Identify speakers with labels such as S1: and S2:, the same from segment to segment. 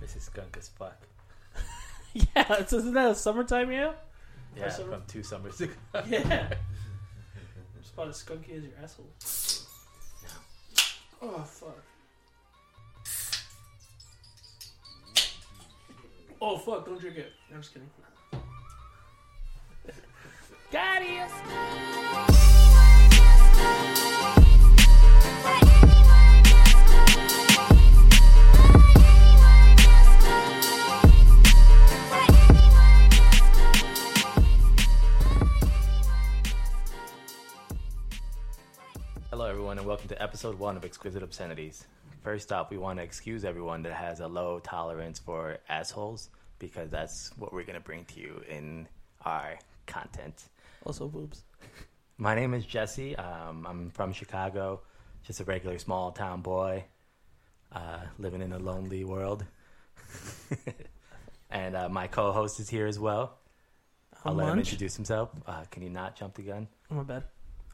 S1: sexy skunk as fuck.
S2: yeah, it's, isn't that a summertime yeah?
S1: Yeah,
S2: summer-
S1: from two summers ago.
S2: Yeah. it's about as skunky as your asshole. Oh fuck. Oh fuck, don't drink it. I'm just kidding. Got it.
S1: Hello, everyone, and welcome to episode one of Exquisite Obscenities. First off, we want to excuse everyone that has a low tolerance for assholes because that's what we're going to bring to you in our content.
S2: Also boobs.
S1: My name is Jesse. Um, I'm from Chicago, just a regular small town boy uh, living in a lonely world. and uh, my co host is here as well. I'll
S2: I'm
S1: let him
S2: Munch.
S1: introduce himself. Uh, can you not jump the gun?
S2: Oh my bad.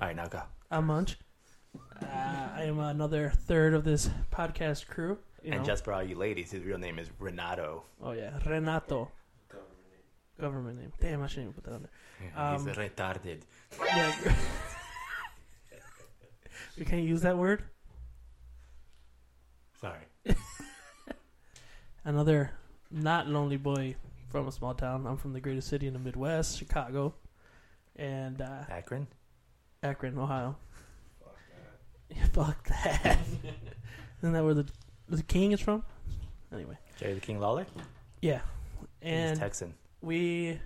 S1: All right, now go.
S2: I'm Munch. Uh, I am another third of this podcast crew. You
S1: And
S2: know.
S1: just for all you ladies, his real name is Renato.
S2: oh yeah, Renato. Government name. Damn, I shouldn't even put that on there. Um,
S1: He's retarded.
S2: Yeah. we can't use that word.
S1: Sorry.
S2: Another not lonely boy from a small town. I'm from the greatest city in the Midwest, Chicago, and uh,
S1: Akron?
S2: Akron, Ohio. Fuck that. Isn't that where the the king is from? Anyway,
S1: Jerry the King Lawler?
S2: yeah,
S1: He's
S2: and
S1: Texan.
S2: we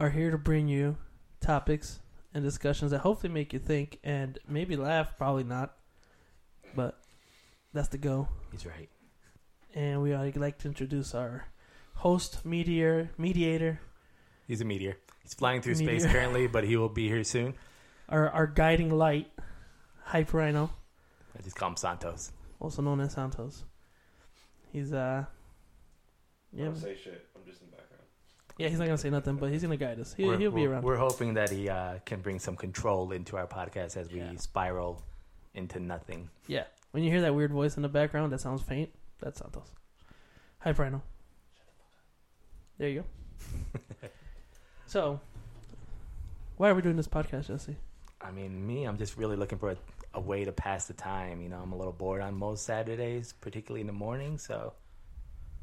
S2: are here to bring you topics and discussions that hopefully make you think and maybe laugh. Probably not, but that's the go.
S1: He's right.
S2: and we would like to introduce our host, mediator, mediator,
S1: He's a meteor. He's flying through space
S2: Meteor.
S1: currently, but he will be here soon.
S2: our our guiding light, Hype Rhino,
S1: I just call him Santos.
S2: also known as Santos. He's uh,
S3: I
S2: yeah,
S3: don't say shit. I'm just in the background.
S2: yeah, he's not gonna say nothing, but he's gonna guide us. He,
S1: We're-
S2: he'll be
S1: we're-
S2: around.
S1: We're hoping that he uh, can bring some control into our podcast as we
S2: Yeah.
S1: spiral into nothing.
S2: Yeah, when you hear that weird voice in the background that sounds faint, that's Santos. Hype Rhino. There you go. so, why are we doing this podcast, Jesse?
S1: I mean, me, I'm just really looking for a, a way to pass the time. You know, I'm a little bored on most Saturdays, particularly in the morning. So,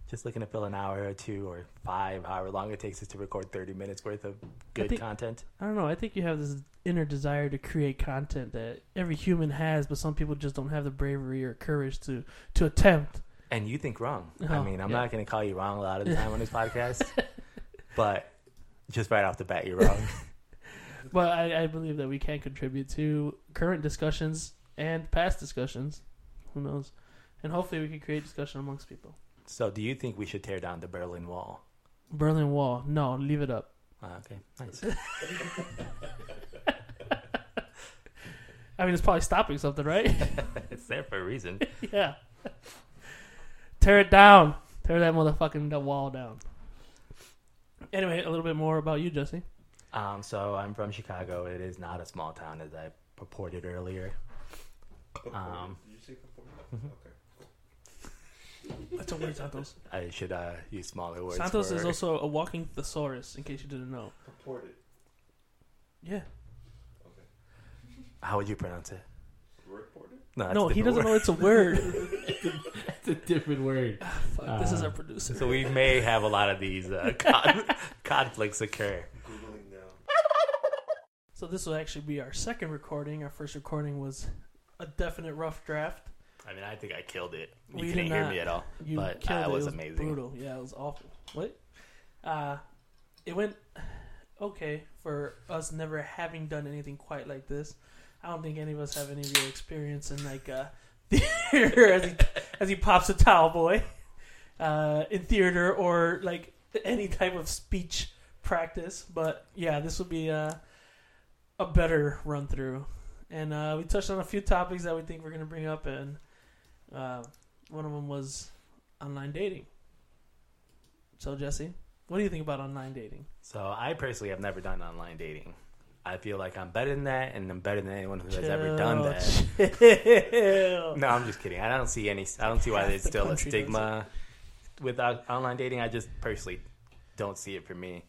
S1: just looking to fill an hour or two or five, however long it takes us to record 30 minutes worth of good
S2: think-
S1: content.
S2: I don't know. I think you have this inner desire to create content that every human has, but some people just don't have the bravery or courage to to attempt.
S1: And you think wrong. I
S2: Oh,
S1: mean, I'm
S2: yeah.
S1: not going to call you wrong a lot of the time on this podcast, but just right off the bat, you're wrong.
S2: But I, I believe that we can contribute to current discussions and past discussions. Who knows? And hopefully, we can create discussion amongst people.
S1: so, do you think we should tear down the Berlin Wall?
S2: Berlin Wall. No, leave it up.
S1: Ah, okay, nice.
S2: I mean, it's probably stopping something, right?
S1: it's there for a reason.
S2: yeah. Tear it down. Tear that motherfucking wall down. Anyway, a little bit more about you, Jesse.
S1: Um, so I'm from Chicago. It is not a small town, as I purported earlier. Um, Mm-hmm.
S3: Did you say before? Okay.
S2: That's a weird Santos.
S1: I should uh, use smaller words.
S2: Santos
S1: for-
S2: is also a walking thesaurus, in case you didn't know.
S3: Purported.
S2: Yeah.
S3: Okay.
S1: How would you pronounce it?
S3: Reported?
S1: that's
S2: no,
S1: a
S2: he
S1: different
S2: doesn't know it's a word.
S1: word. it's a different word.
S2: Ah, Fuck, this is
S1: Uh,
S2: our producer.
S1: So we may have a lot of these uh, con- conflicts occur.
S3: Googling now.
S2: So this will actually be our second recording. Our first recording was a definite rough draft.
S1: I mean, I think I killed it. You
S2: We did
S1: couldn't hear
S2: not.
S1: me at all.
S2: You
S1: But
S2: killed
S1: I
S2: it.
S1: was
S2: it was
S1: amazing.
S2: Brutal. Yeah, it was awful. What? Uh, it went okay for us never having done anything quite like this. I don't think any of us have any real experience in like uh, theater as he as he pops a towel boy uh, in theater or like any type of speech practice. But yeah, this would be uh, a better run through. And uh, we touched on a few topics that we think we're going to bring up, and uh, one of them was online dating. So Jesse, what do you think about online dating?
S1: So I personally have never done online dating. I feel like I'm better than that, and I'm better than anyone who has ever done that.
S2: that.
S1: No, I'm just kidding. I don't see any. I don't see why
S2: Half
S1: there's
S2: the
S1: still a
S2: country does
S1: stigma with uh, online dating, I just personally don't see it for me.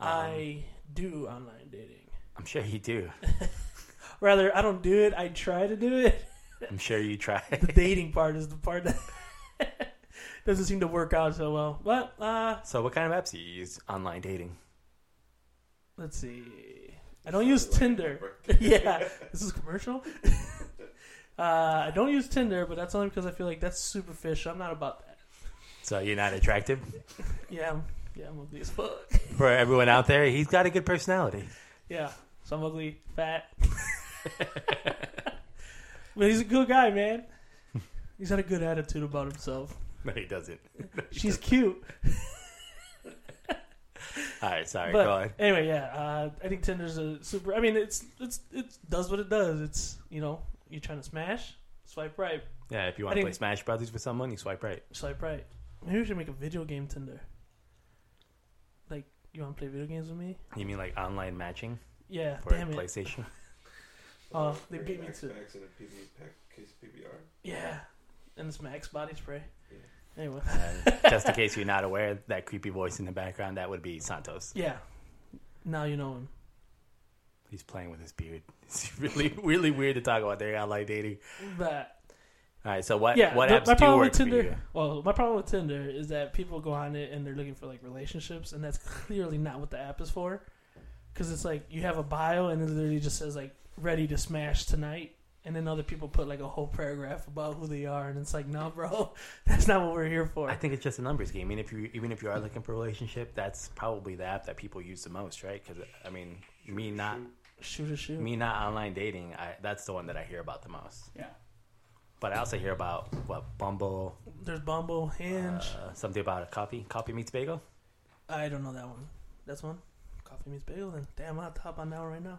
S1: Um,
S2: I do online dating.
S1: I'm sure you do.
S2: Rather, I don't do it. I try to do it.
S1: I'm sure you try.
S2: The dating part is the part that doesn't seem to work out so well. But uh,
S1: so, what kind of apps do you use online dating?
S2: let's see. I don't use
S3: Like
S2: Tinder.
S3: Uber.
S2: yeah, this is a commercial. uh, I don't use Tinder, but that's only because I feel like that's superficial. I'm not about that.
S1: So you're not attractive
S2: Yeah, I'm, yeah, I'm ugly as fuck.
S1: for everyone out there. He's got a good personality.
S2: Yeah, so I'm ugly, fat. but he's a good guy, man. He's got a good attitude about himself.
S1: No, he doesn't.
S2: She's cute.
S1: All right, sorry.
S2: but
S1: go on.
S2: anyway, yeah, uh, I think Tinder's a super. I mean, it's it's it does what it does. It's you know you're trying to smash, swipe right,
S1: Yeah, if you
S2: I
S1: want to play
S2: didn't-
S1: Smash Brothers with someone, you swipe right.
S2: swipe right. Maybe we should make a video game Tinder. Like, you want to play video games with me?
S1: You mean like online matching
S2: Yeah.
S1: for
S2: Damn it.
S1: PlayStation?
S2: Oh, they
S3: Bring
S2: beat me
S3: Max
S2: to it.
S3: Max and a PB pack case PBR.
S2: Yeah. And it's Max body spray.
S3: Yeah.
S2: Anyway.
S1: Uh, just in case you're not aware, that creepy voice in the background that would be Santos.
S2: Yeah. Now you know him.
S1: He's playing with his beard. It's really, really weird to talk about their online dating.
S2: But
S1: All right, so what
S2: yeah,
S1: what
S2: the-
S1: apps do work for
S2: Tinder.
S1: you?
S2: Well, my problem with Tinder is that people go on it and they're looking for like relationships, and that's clearly not what the app is for. Because it's like you have a bio, and it literally just says like "ready to smash tonight," and then other people put like a whole paragraph about who they are, and it's like, no, bro, that's not what we're here for.
S1: I think it's just a numbers game. I mean, if you even if you are looking for a relationship, that's probably the app that people use the most, right? Because I mean, me not
S2: shoot a shoot.
S1: me not online dating, I, that's the one that I hear about the most.
S2: yeah.
S1: But I also hear about what Bumble,
S2: There's Bumble, Hinge.
S1: uh, something about a coffee, coffee meets bagel. Uh,
S2: I don't know that one. That's one. Coffee meets bagel. Then damn, I'll top on that one right now.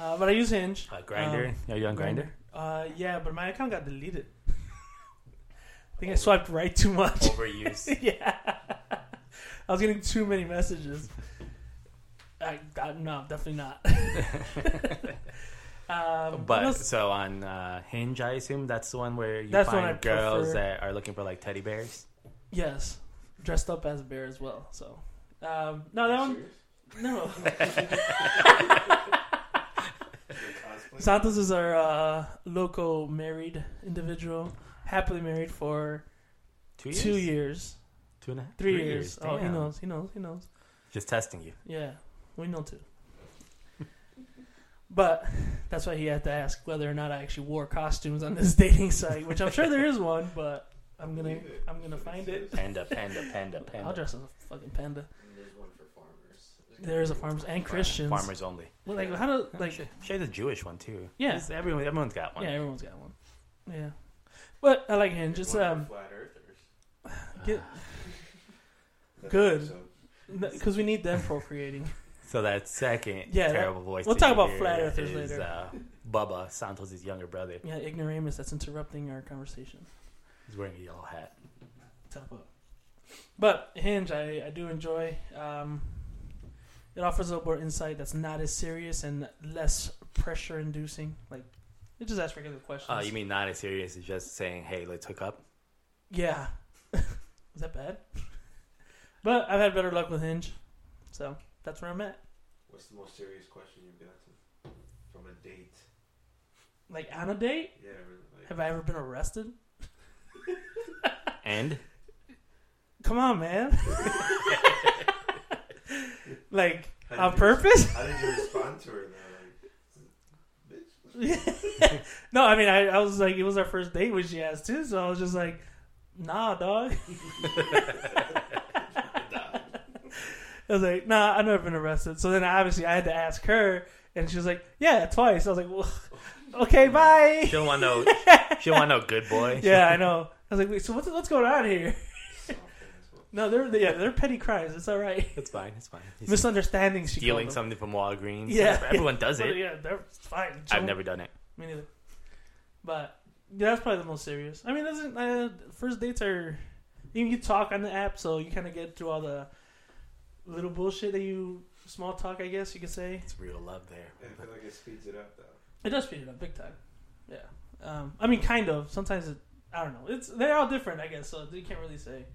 S2: Uh, but I use Hinge.
S1: Uh, Grinder,
S2: Um,
S1: are you on Grinder?
S2: Uh, yeah, but my account got deleted. I think I swiped right too much.
S1: Overuse.
S2: yeah, I was getting too many messages. I, I no, definitely not. um,
S1: But
S2: unless-
S1: so on uh, Hinge, I assume that's the one where you
S2: That's the one I
S1: find girls
S2: prefer.
S1: that are looking for like teddy bears.
S2: yes, dressed up as a bear as well. So um, no, that one
S3: Serious?
S2: no.
S3: Like cosplay?
S2: Santos is our uh, local married individual, happily married for
S1: Two years,
S2: two years,
S1: two and a half,
S2: three, years. Oh, he
S1: Damn.
S2: knows, he knows, he knows.
S1: Just testing you.
S2: Yeah, we know too. but that's why he had to ask whether or not I actually wore costumes on this dating site, which I'm sure there is one, but I'm gonna
S3: Believe it.
S2: I'm gonna
S3: That's what
S2: find
S3: it
S2: it.
S3: says.
S1: Panda, panda, panda, panda.
S2: I'll dress as a fucking panda.
S4: And there's one for farmers. gotta
S2: There is a
S4: be-
S2: farmers and Christians.
S1: Farmers only.
S2: Well, like how do like
S1: Share- share the Jewish one too.
S2: Yeah.
S1: It's- everyone, everyone's got one.
S2: yeah everyone's got one. Yeah, but I like Hinge.
S3: There's
S2: It's
S3: one for
S2: um
S3: flat earthers.
S2: get
S3: That's
S2: Good.
S3: episode.
S2: because we need them procreating.
S1: So that second
S2: Yeah, that-
S1: terrible voice.
S2: we'll
S1: that
S2: talk
S1: you
S2: about
S1: hear
S2: flat earthers
S1: is,
S2: later.
S1: Uh, Bubba Santos' younger brother.
S2: Yeah, ignoramus. That's interrupting our conversation.
S1: He's wearing a yellow hat.
S2: top up. But Hinge, I, I do enjoy. Um, it offers a little more insight that's not as serious and less pressure inducing. Like, it just asks regular questions.
S1: Uh, you mean not as serious as just saying, "Hey, let's hook up."
S2: Yeah. Is that bad? but I've had better luck with Hinge. So that's where I'm at.
S3: What's the most serious question you've gotten from a date?
S2: Like, on a date?
S3: Yeah, really, like,
S2: Have I ever been arrested?
S1: And
S2: Come on, man. like,
S3: how
S2: on
S3: did you res-
S2: purpose?
S3: How did you respond to her though? Like, bitch.
S2: no, I mean, I, I was like, it was our first date when she asked too, so I was just like, nah, dog. I was like, nah, I've never been arrested. So then obviously I had to ask her, and she was like, yeah, twice. I was like, well, okay, bye.
S1: she'll want no, she'll want no good boy.
S2: Yeah, I know. I was like, wait, so what's, what's going on here?
S3: Soft ass one.
S2: No, they're yeah, they're petty crimes. It's all right.
S1: it's fine. It's fine. He's
S2: Misunderstandings. She
S1: stealing
S2: called them.
S1: something from Walgreens.
S2: Yeah.
S1: everyone does
S2: But
S1: it.
S2: yeah, they're fine.
S1: I've
S2: Chill.
S1: never done it.
S2: Me neither. But yeah, that's probably the most serious. I mean, doesn't uh, first dates are you can talk on the app, so you kind of get through all the little bullshit that you small talk. I guess you could say
S1: It's real love there.
S3: I feel like it speeds it up though.
S2: it does speed it up big time. Yeah, um, I mean, kind of. Sometimes it, I don't know. It's they're all different, I guess. So you can't really say.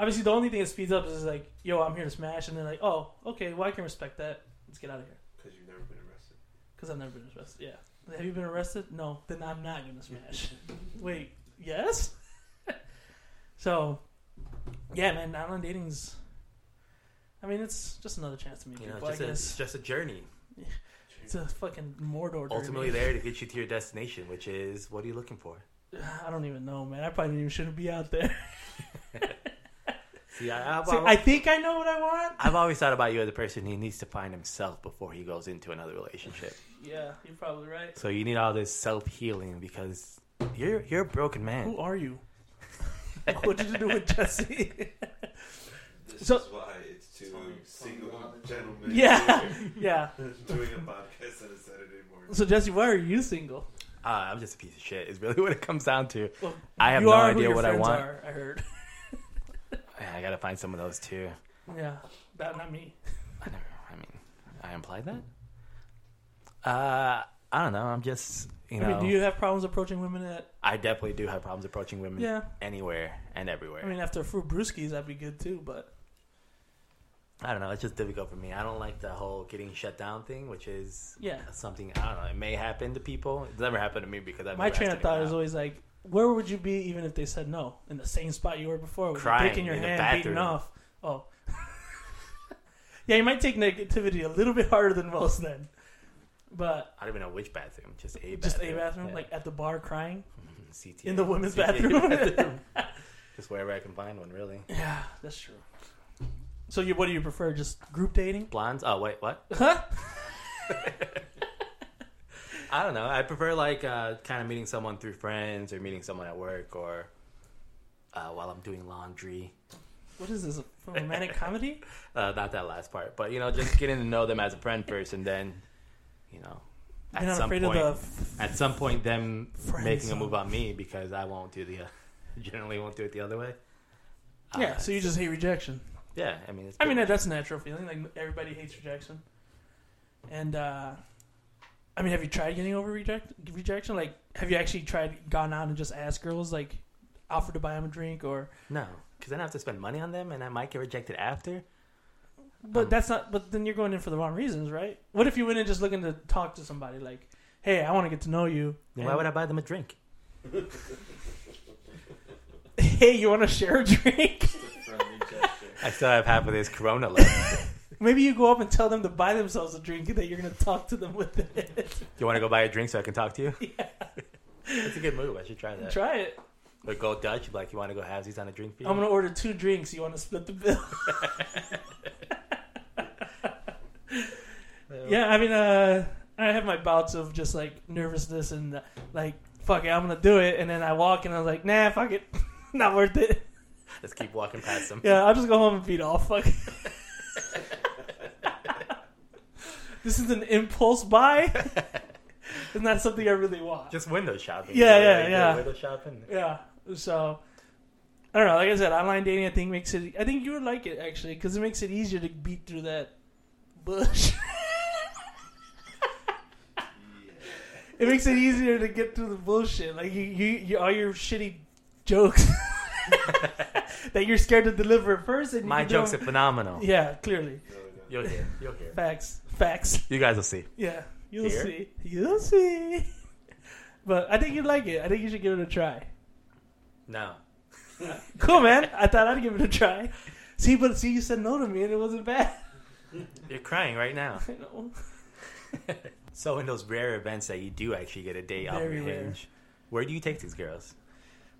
S2: Obviously, the only thing that speeds up is like, yo, I'm here to smash, and they're like, oh, okay, well, I can respect that. Let's get out of here.
S3: because you've never been arrested.
S2: Because I've never been arrested. Yeah. Have you been arrested? No. Then I'm not going to smash. Wait, yes? so, yeah, man, online dating's. I mean, it's just another chance to meet
S1: You know,
S2: people,
S1: just
S2: I
S1: a,
S2: guess.
S1: it's just a journey.
S2: It's a fucking Mordor. journey.
S1: Ultimately, there to get you to your destination, which is what are you looking for?
S2: I don't even know, man. I probably didn't even shouldn't be out there.
S1: See, I, I've,
S2: See, I
S1: I've,
S2: think I know what I want.
S1: I've always thought about you as a person who needs to find himself before he goes into another relationship.
S2: Yeah, you're probably right.
S1: So you need all this self healing because you're you're a broken man.
S2: Who are you? what did you do with Jesse?
S3: This
S2: So-
S3: is why it's two
S4: Tell me- tell me
S3: single
S4: about it.
S3: gentlemen
S2: yeah, yeah.
S3: here doing a podcast on a Saturday morning.
S2: So Jesse, why are you single?
S1: Ah, I'm just a piece of shit. Is really what it comes down to.
S2: Well,
S1: I have
S2: you
S1: no
S2: are who
S1: idea
S2: your
S1: what I
S2: friends
S1: want.
S2: Are, I heard.
S1: Man, I gotta find some of those too.
S2: Yeah, that not me.
S1: I never. I mean, I implied that. Uh, I don't know. I'm just you know.
S2: I mean, do you have problems approaching women at?
S1: I definitely do have problems approaching women
S2: Yeah,
S1: anywhere and everywhere.
S2: I mean, after a few brewskis, that'd be good too. But
S1: I don't know. It's just difficult for me. I don't like the whole getting shut down thing, which is
S2: yeah,
S1: something I don't know. It may happen to people. It's never happened to me because I've
S2: my
S1: never
S2: train
S1: asked
S2: of thought
S1: anyone
S2: is
S1: out.
S2: always like, where would you be even if they said no in the same spot you were before, with your
S1: Crying
S2: dick in your
S1: in the
S2: hand, beaten
S1: bathroom.
S2: off? Oh, yeah, you might take negativity a little bit harder than most then, but
S1: I don't even know which bathroom. Just a bathroom.
S2: just a bathroom,
S1: Yeah.
S2: like at the bar crying.
S1: CTA.
S2: in the women's
S1: CTA
S2: bathroom.
S1: just wherever I can find one, really.
S2: Yeah, that's true. So, you, what do you prefer? Just group dating?
S1: Blondes? Oh wait, what?
S2: Huh?
S1: I don't know. I prefer like uh, kind of meeting someone through friends or meeting someone at work or uh, while I'm doing laundry.
S2: What is this? A romantic comedy?
S1: Uh, not that last part, but you know, just getting to know them as a friend first, and then you know,
S2: You're not afraid
S1: point,
S2: of the.
S1: at some point, them
S2: Friend
S1: making a
S2: zone.
S1: move on me because I won't do the uh, generally won't do it the other way. Uh,
S2: yeah, so you just hate rejection.
S1: yeah. I mean, it's
S2: I mean,
S1: pretty-
S2: that's a natural feeling. Like everybody hates rejection, and uh, I mean, have you tried getting over reject rejection? Like, have you actually tried gone out and just asked girls like offered to buy them a drink or?
S1: no, because then I have to spend money on them, and I might get rejected after.
S2: But
S1: Um,
S2: that's not. But then you're going in for the wrong reasons, right? What if you went in just looking to talk to somebody? Like, hey, I want to get to know you.
S1: Then why would I buy them a drink?
S2: I? Hey, you want to share a drink?
S4: Just a friendly gesture.
S1: I still have half of this Corona left.
S2: Maybe you go up and tell them to buy themselves a drink that you're going to talk to them with it.
S1: you want to go buy a drink so I can talk to you? Yeah, that's a good move. I should try that.
S2: Try it.
S1: Or go Dutch, like you want to go have these on a drink for you?
S2: I'm going to order two drinks. You want to split the bill? yeah, I mean, uh, I have my bouts of just like nervousness and uh, like, fuck it, I'm going to do it. And then I walk and I'm like, nah, fuck it. Not worth it.
S1: Let's keep walking past them.
S2: Yeah, I'll just go home and beat off. Fuck it. this is an impulse buy. it's not something I really want.
S1: Just window shopping.
S2: Yeah,
S1: You know,
S2: yeah,
S1: like,
S2: yeah.
S1: Window shopping.
S2: Yeah. So I don't know. Like I said, online dating I think makes it. I think you would like it actually because it makes it easier to beat through that bush. it makes it easier to get through the bullshit. Like you, you, you all your shitty jokes that you're scared to deliver at first. And you
S1: My
S2: can do
S1: jokes are
S2: them-
S1: phenomenal.
S2: Yeah, clearly.
S3: No, no.
S1: You'll hear. You'll hear.
S2: Facts. Facts.
S1: You guys will see.
S2: Yeah. You'll
S1: Here?
S2: see. You'll see. But I think you'd like it. I think you should give it a try.
S1: No.
S2: Cool, man. I thought I'd give it a try. See, but see, you said no to me, and it wasn't bad.
S1: You're crying right now.
S2: You know?
S1: So in those rare events that you do actually get a date off
S2: Very
S1: your
S2: rare.
S1: hinge, where do you take these girls?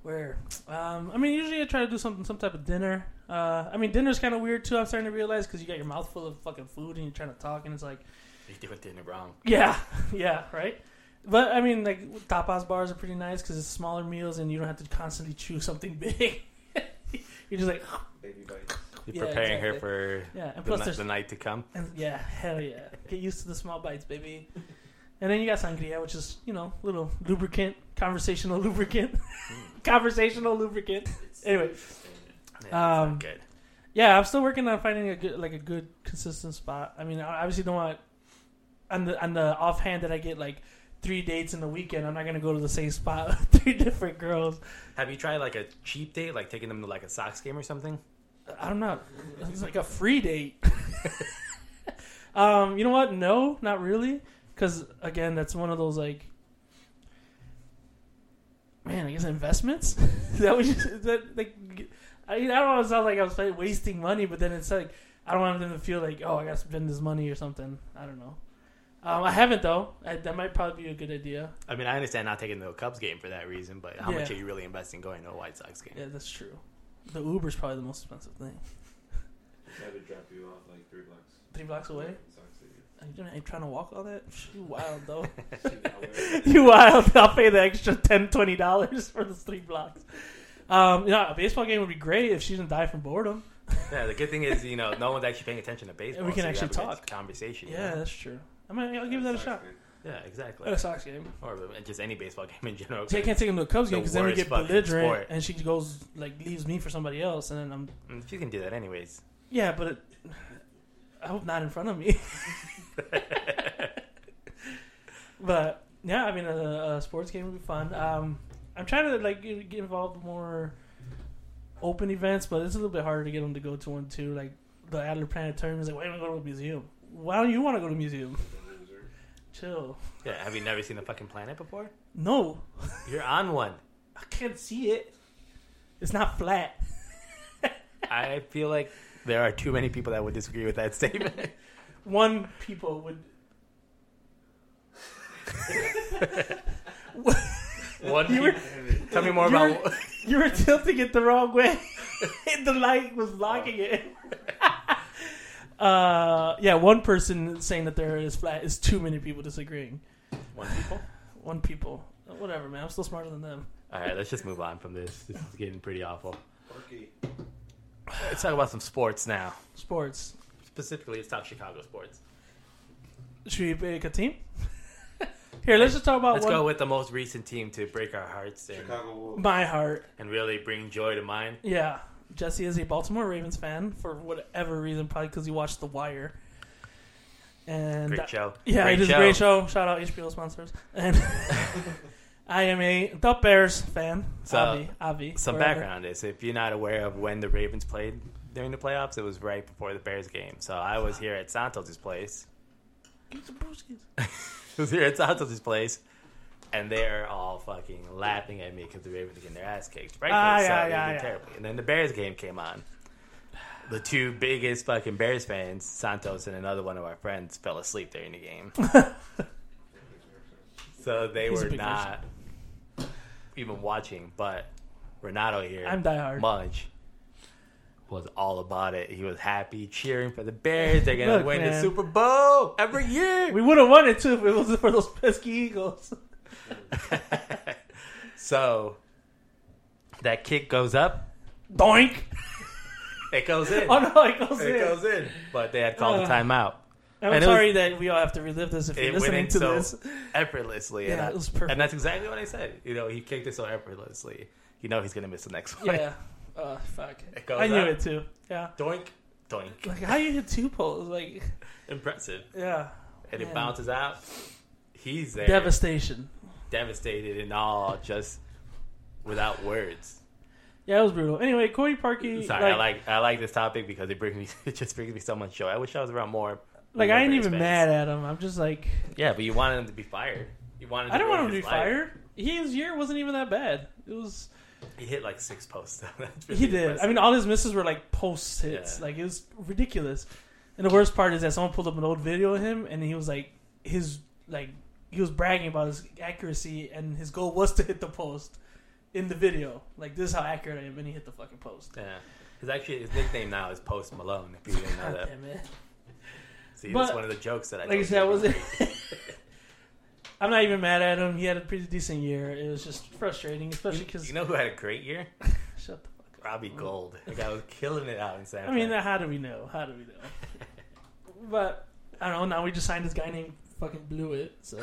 S2: Where? Um, I mean, usually I try to do something, some type of dinner. Uh, I mean, dinner's kind of weird too. I'm starting to realize because you got your mouth full of fucking food and you're trying to talk, and it's like,
S1: You're doing dinner wrong.
S2: yeah, yeah, right. But I mean, like tapas bars are pretty nice because it's smaller meals and you don't have to constantly chew something big. you're just like,
S3: Baby bites.
S1: You're
S2: Yeah,
S1: preparing
S2: exactly.
S1: her for
S2: yeah. And
S1: the,
S2: plus,
S1: ni-
S2: there's
S1: the night to come.
S2: And yeah, hell yeah. Get used to the small bites, baby. And then you got sangria, which is you know little lubricant, conversational lubricant,
S1: Mm.
S2: conversational lubricant.
S4: It's
S2: Anyway,
S1: Yeah, that's not
S2: Um,
S1: good.
S2: yeah, I'm still working on finding a good like a good consistent spot. I mean, I obviously don't want on the on the offhand that I get like three dates in the weekend. I'm not gonna go to the same spot with three different girls.
S1: Have you tried like a cheap date, like taking them to like a Sox game or something?
S2: I'm not. It's like a free date. um, you know what? No, not really. Because again, that's one of those like, man, I guess investments. that was just, that like, I, I don't want to sound like I was like, wasting money, but then it's like I don't want them to feel like, oh, I got to spend this money or something. I don't know. Um, I haven't though. I, that might probably be a good idea.
S1: I mean, I understand not taking the Cubs game for that reason, but how much are
S2: Yeah.
S1: you really investing going to a White Sox game?
S2: Yeah, that's true. The Uber's probably the most expensive thing.
S3: I would drop you off like three blocks.
S2: Three blocks away.
S3: Sox City.
S2: Are you, doing- are you trying to walk all that? You wild though.
S3: Hour.
S2: you wild. I'll pay the extra ten, twenty dollars for the three blocks. Um, you know, a baseball game would be great if she didn't die from boredom.
S1: Yeah, the good thing is, you know, no one's actually paying attention to baseball.
S2: we can
S1: so you
S2: actually
S1: have a good
S2: talk.
S1: conversation. you
S2: Yeah,
S1: know?
S2: that's true. I mean, I'll give that a
S3: Sox
S2: shot.
S3: game.
S1: yeah,
S2: At
S1: exactly.
S2: a Sox game.
S1: Or just any baseball game in general.
S2: See, I can't take him to a Cubs game
S1: The
S2: because then we
S1: worst
S2: get
S1: fucking
S2: belligerent,
S1: sport.
S2: and she goes like leaves me for somebody else, and then I'm
S1: Mm, You can do that anyways.
S2: yeah, but it, I hope not in front of me. but yeah, I mean, a, a sports game would be fun. Um, I'm trying to like get get involved with more open events, but it's a little bit harder to get them to go to one too. Like the Adler Planetarium is like, why don't we go to a museum? Why don't you want to go to a museum?
S3: The loser.
S2: Chill.
S1: Yeah, have you never seen a fucking planet before?
S2: No,
S1: You're on one.
S2: I can't see it. It's not flat.
S1: I feel like there are too many people that would disagree with that statement.
S2: one people would.
S1: One,
S2: You were-
S1: peop- tell me more
S2: you were-
S1: about.
S2: You were tilting it the wrong way. the light was blocking it. uh, yeah, one person saying that the earth is flat is too many people disagreeing.
S1: One people.
S2: One people, Uh, whatever, man. I'm still smarter than them.
S1: All right, let's just move on from this. This is getting pretty awful.
S3: Porky.
S1: Let's talk about some sports now.
S2: Sports.
S1: Specifically, let's talk Chicago sports.
S2: Should we pick a team? Here, let's just talk about
S1: Let's
S2: one.
S1: go with the most recent team to break our hearts and,
S3: Chicago Wolves.
S2: my heart.
S1: and really bring joy to mine.
S2: Yeah, Jesse is a Baltimore Ravens fan for whatever reason, probably because he watched The Wire. And
S1: Great show.
S2: Yeah,
S1: great
S2: it is a great show. Shout out HBO sponsors. And I am a the Bears fan.
S1: So,
S2: Avi, Avi.
S1: Some
S2: wherever.
S1: background on this. If you're not aware of when the Ravens played during the playoffs, it was right before the Bears game. So I was here at Santos' place.
S2: Give some brewskis.
S1: I was here at Santos' place. And they're all fucking laughing at me because the Ravens are getting their ass kicked. Right?
S2: Ah,
S1: so
S2: yeah,
S1: they
S2: yeah,
S1: did
S2: yeah.
S1: terribly. And then the Bears game came on. The two biggest fucking Bears fans, Santos and another one of our friends, fell asleep during the game. So they
S2: He's a
S1: were
S2: big
S1: not even watching, but Renato here,
S2: I'm diehard.
S1: Munch, was all about it. He was happy, cheering for the Bears. They're going to
S2: Look,
S1: win the
S2: man.
S1: Super Bowl every year.
S2: We would have won it too if it wasn't for those pesky Eagles.
S1: so that kick goes up,
S2: Doink!
S1: it goes in.
S2: Oh no, it goes in.
S1: it goes in. But they had called a
S2: Uh,
S1: timeout
S2: I'm
S1: And it
S2: sorry that we all have to relive this if
S1: it
S2: you're
S1: went
S2: listening
S1: in
S2: to
S1: so-
S2: this.
S1: effortlessly. and,
S2: Yeah,
S1: I-
S2: it was perfect.
S1: and that's exactly what I said. You know, he kicked it so effortlessly. You know he's going to miss the next one.
S2: Yeah. Uh, fuck.
S1: It goes
S2: I knew
S1: up.
S2: it too. Yeah.
S1: Doink, doink.
S2: Like how you hit two poles? Like
S1: Impressive.
S2: yeah.
S1: and
S2: Man.
S1: it bounces out. He's there,
S2: Devastation.
S1: devastated and all, just without words.
S2: Yeah, it was brutal. Anyway, Corey Parkey.
S1: Sorry, I like I like this topic because it brings me it just brings me so much joy. I wish I was around more.
S2: like I ain't
S1: Bears
S2: even
S1: fans.
S2: mad at him. I'm just like
S1: Yeah, but you wanted him to be fired. You wanted.
S2: I don't
S1: ruin
S2: want him to
S1: his
S2: be
S1: life.
S2: fired. His year wasn't even that bad. It was
S1: He hit like six posts. though. That's really
S2: he did. I
S1: impressive.
S2: mean, all his misses were like post hits.
S1: Yeah.
S2: Like it was ridiculous. And the worst part is that someone pulled up an old video of him, and he was like his like he was bragging about his accuracy, and his goal was to hit the post in the video. Like this is how accurate I am, and he hit the fucking post.
S1: Yeah. His actually his nickname now is Post Malone. If you didn't know
S2: God
S1: that,
S2: damn it.
S1: see,
S2: But-
S1: that's one of the jokes that I.
S2: Like I
S1: told
S2: said, I
S1: you.
S2: was I'm not even mad at him. He had a pretty decent year. It was just frustrating, especially
S1: You,
S2: because
S1: you know who had a great year?
S2: shut the fuck up.
S1: Robbie Gold. The guy was killing it out in San.
S2: I mean,
S1: Fran.
S2: how do we know? How do we know? but I don't know. Now we just signed this guy named fucking Blew It. So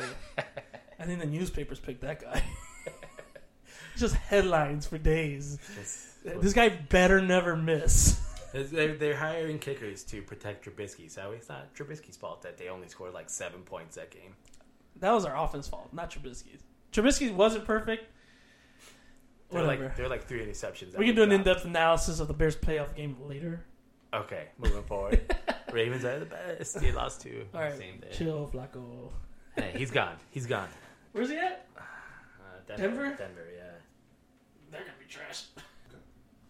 S2: I think the newspapers picked that guy. just headlines for days.
S1: It's-
S2: This guy better never miss.
S1: It's- They're, they're hiring kickers to protect Trubisky, so it's not Trubisky's fault that they only scored like seven points that game.
S2: That was our offense fault, not Trubisky's. Trubisky wasn't perfect.
S1: They're
S2: Whatever.
S1: like they're like three interceptions. that
S2: we can do an
S1: dropped.
S2: in-depth analysis of the Bears playoff game later.
S1: Okay, moving forward. Ravens are the best. They lost two
S2: All right,
S1: same day.
S2: Chill, Flacco.
S1: Hey, he's gone. He's gone.
S2: Where's he at?
S1: Uh, Denver,
S2: Denver?
S1: Denver, yeah.
S2: They're gonna be trash.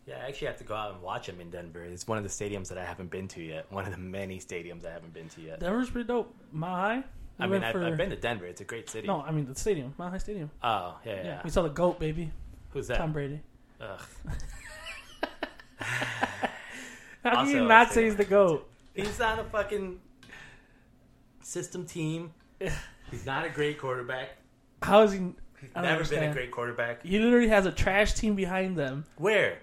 S1: Yeah, I actually have to go out and watch him in Denver. It's one of the stadiums that I haven't been to yet. One of the many stadiums I haven't been to yet.
S2: Denver's pretty dope. Mile High.
S1: I
S2: We
S1: mean,
S2: went
S1: I've,
S2: for-
S1: I've been to Denver. It's a great city.
S2: No, I mean the stadium, Mile High Stadium.
S1: Oh, yeah, yeah.
S2: Yeah,
S1: yeah.
S2: we saw the goat, baby,
S1: Who's that?
S2: Tom Brady.
S1: Ugh.
S2: How can you
S1: Also,
S2: not
S1: they-
S2: say he's the goat?
S1: He's not a fucking system team. He's not a great quarterback.
S2: How is he?
S1: He's
S2: I
S1: never
S2: don't
S1: been a
S2: understand.
S1: great quarterback.
S2: He literally has a trash team behind them.
S1: Where?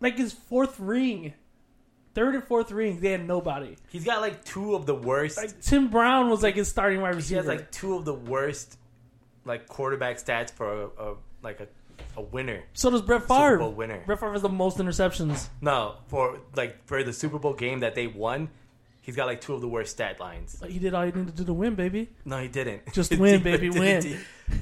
S2: Like his fourth ring, third and fourth ring, they had nobody.
S1: He's got like two of the worst.
S2: Like Tim Brown was like his starting wide
S1: he
S2: receiver.
S1: has like two of the worst like quarterback stats for a, a like a, a winner.
S2: so does Brett
S1: Super
S2: Favre.
S1: Bowl winner.
S2: Brett Favre has the most interceptions.
S1: No, for like for the Super Bowl game that they won, he's got like two of the worst stat lines.
S2: He did all he needed to do to win, baby.
S1: No, he didn't.
S2: Just
S1: His
S2: win,
S1: defense
S2: baby,
S1: did-
S2: win.
S1: did-